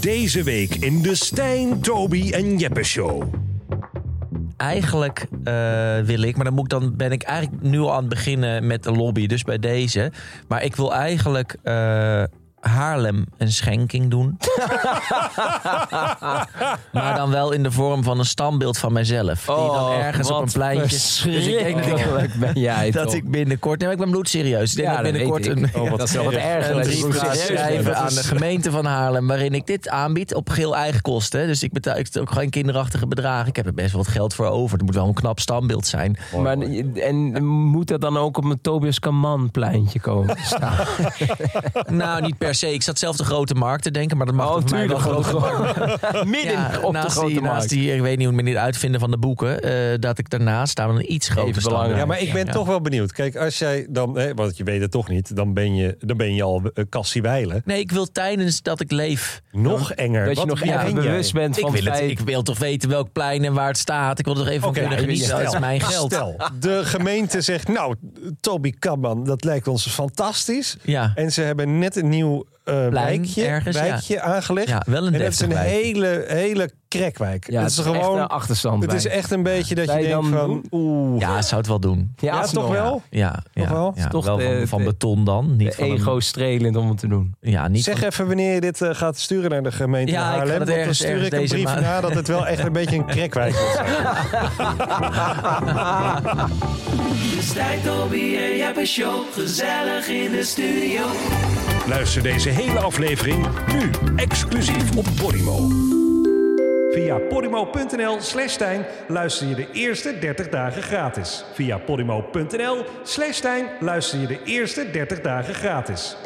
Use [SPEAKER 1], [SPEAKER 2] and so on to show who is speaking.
[SPEAKER 1] Deze week in de Stijn, Toby en Jeppe Show.
[SPEAKER 2] eigenlijk eh, wil ik, maar dan, moet ik dan ben ik eigenlijk nu al aan het beginnen met de lobby, dus bij deze. Maar ik wil eigenlijk eh, Haarlem een schenking doen. maar dan wel in de vorm van een standbeeld van mezelf. die dan ergens op een pleintje. Dus ik denk dat ik,
[SPEAKER 3] Oh, Verschrikkelijk ben jij
[SPEAKER 2] dat ik binnenkort. Nee, maar ik ben bloedserieus. Ik denk dat
[SPEAKER 3] dat
[SPEAKER 2] binnenkort
[SPEAKER 3] weet
[SPEAKER 2] een.
[SPEAKER 3] ik. dat is wel wat erger.
[SPEAKER 2] een
[SPEAKER 3] dat je
[SPEAKER 2] brief
[SPEAKER 3] bloedserieus
[SPEAKER 2] gaat
[SPEAKER 3] bent.
[SPEAKER 2] schrijven aan de gemeente van Haarlem. waarin ik dit aanbied op geel eigen kosten. hè. Dus ik betaal ik ook geen kinderachtige bedragen. Ik heb er best wel wat geld voor over. Het moet wel een knap standbeeld zijn.
[SPEAKER 3] Maar, en moet dat dan ook op een Tobias Kaman pleintje komen te staan?
[SPEAKER 2] Nou, niet per se. Ik zat zelf de grote markt te denken, maar dat mag
[SPEAKER 3] Oh,
[SPEAKER 2] voor mij wel
[SPEAKER 3] tuurlijk.
[SPEAKER 2] grote
[SPEAKER 3] Midden
[SPEAKER 2] Ja,
[SPEAKER 3] op de
[SPEAKER 2] naast
[SPEAKER 3] grote
[SPEAKER 2] die,
[SPEAKER 3] markt.
[SPEAKER 2] Naast die, ik weet niet hoe het uitvinden van de boeken, eh, dat ik daarnaast sta met een iets groter
[SPEAKER 3] Even belangrijk.
[SPEAKER 1] Ja,
[SPEAKER 2] standbeeld.
[SPEAKER 1] maar ik ben
[SPEAKER 2] Ja.
[SPEAKER 1] toch wel benieuwd. Kijk, als jij dan, hè, want je weet het toch niet, dan ben je, dan ben je al eh, Cassie Weilen.
[SPEAKER 2] Nee, ik wil tijdens dat ik leef.
[SPEAKER 1] Nog enger.
[SPEAKER 3] dat je
[SPEAKER 1] Wat
[SPEAKER 3] nog
[SPEAKER 1] ben
[SPEAKER 3] even
[SPEAKER 1] jij?
[SPEAKER 3] bewust bent
[SPEAKER 2] Ik
[SPEAKER 3] van
[SPEAKER 2] wil,
[SPEAKER 3] het
[SPEAKER 2] het,
[SPEAKER 3] feit-
[SPEAKER 2] ik wil toch weten welk plein en waar het staat. Ik wil er even
[SPEAKER 1] Oké,
[SPEAKER 2] van kunnen
[SPEAKER 1] ja,
[SPEAKER 2] genieten.
[SPEAKER 1] stel,
[SPEAKER 2] dat is mijn geld.
[SPEAKER 1] Stel, de gemeente zegt, nou, Toby Kamman, dat lijkt ons fantastisch.
[SPEAKER 2] Ja.
[SPEAKER 1] En ze hebben net een nieuw eh, wijkje,
[SPEAKER 2] ergens,
[SPEAKER 1] wijkje aangelegd.
[SPEAKER 2] Ja, wel een
[SPEAKER 1] en het is
[SPEAKER 2] deftig
[SPEAKER 1] een
[SPEAKER 2] wijkje.
[SPEAKER 1] hele, hele krekwijk.
[SPEAKER 3] Ja,
[SPEAKER 1] het is
[SPEAKER 3] echt
[SPEAKER 1] gewoon,
[SPEAKER 3] een achterstand.
[SPEAKER 1] het is echt een beetje dat je
[SPEAKER 3] Wij
[SPEAKER 1] denkt
[SPEAKER 3] dan
[SPEAKER 1] van,
[SPEAKER 3] doen?
[SPEAKER 1] oeh.
[SPEAKER 2] Ja, zou het wel doen.
[SPEAKER 1] Ja, toch wel?
[SPEAKER 2] Ja, ja,
[SPEAKER 1] wel?
[SPEAKER 2] ja,
[SPEAKER 3] Toch
[SPEAKER 2] wel
[SPEAKER 3] de-
[SPEAKER 2] van, van
[SPEAKER 3] de-
[SPEAKER 2] beton dan. Niet van een-
[SPEAKER 3] Ego strelend om het te doen.
[SPEAKER 2] ja, niet
[SPEAKER 1] Zeg
[SPEAKER 2] van-
[SPEAKER 1] even wanneer je dit eh, gaat sturen naar de gemeente
[SPEAKER 2] Ja, ik ga
[SPEAKER 1] Haarlem.
[SPEAKER 2] het
[SPEAKER 1] want dan
[SPEAKER 2] ergens-
[SPEAKER 1] stuur
[SPEAKER 2] ergens
[SPEAKER 1] ik een
[SPEAKER 2] deze
[SPEAKER 1] brief
[SPEAKER 2] maand.
[SPEAKER 1] na dat het wel echt een beetje een krekwijk is.
[SPEAKER 4] Stijn, Toby en Jeppe Show, gezellig in de studio.
[SPEAKER 1] Luister deze hele aflevering nu exclusief op Podimo. Via podimo.nl slash Stijn luister je de eerste 30 dagen gratis. Via podimo.nl slash Stijn luister je de eerste 30 dagen gratis.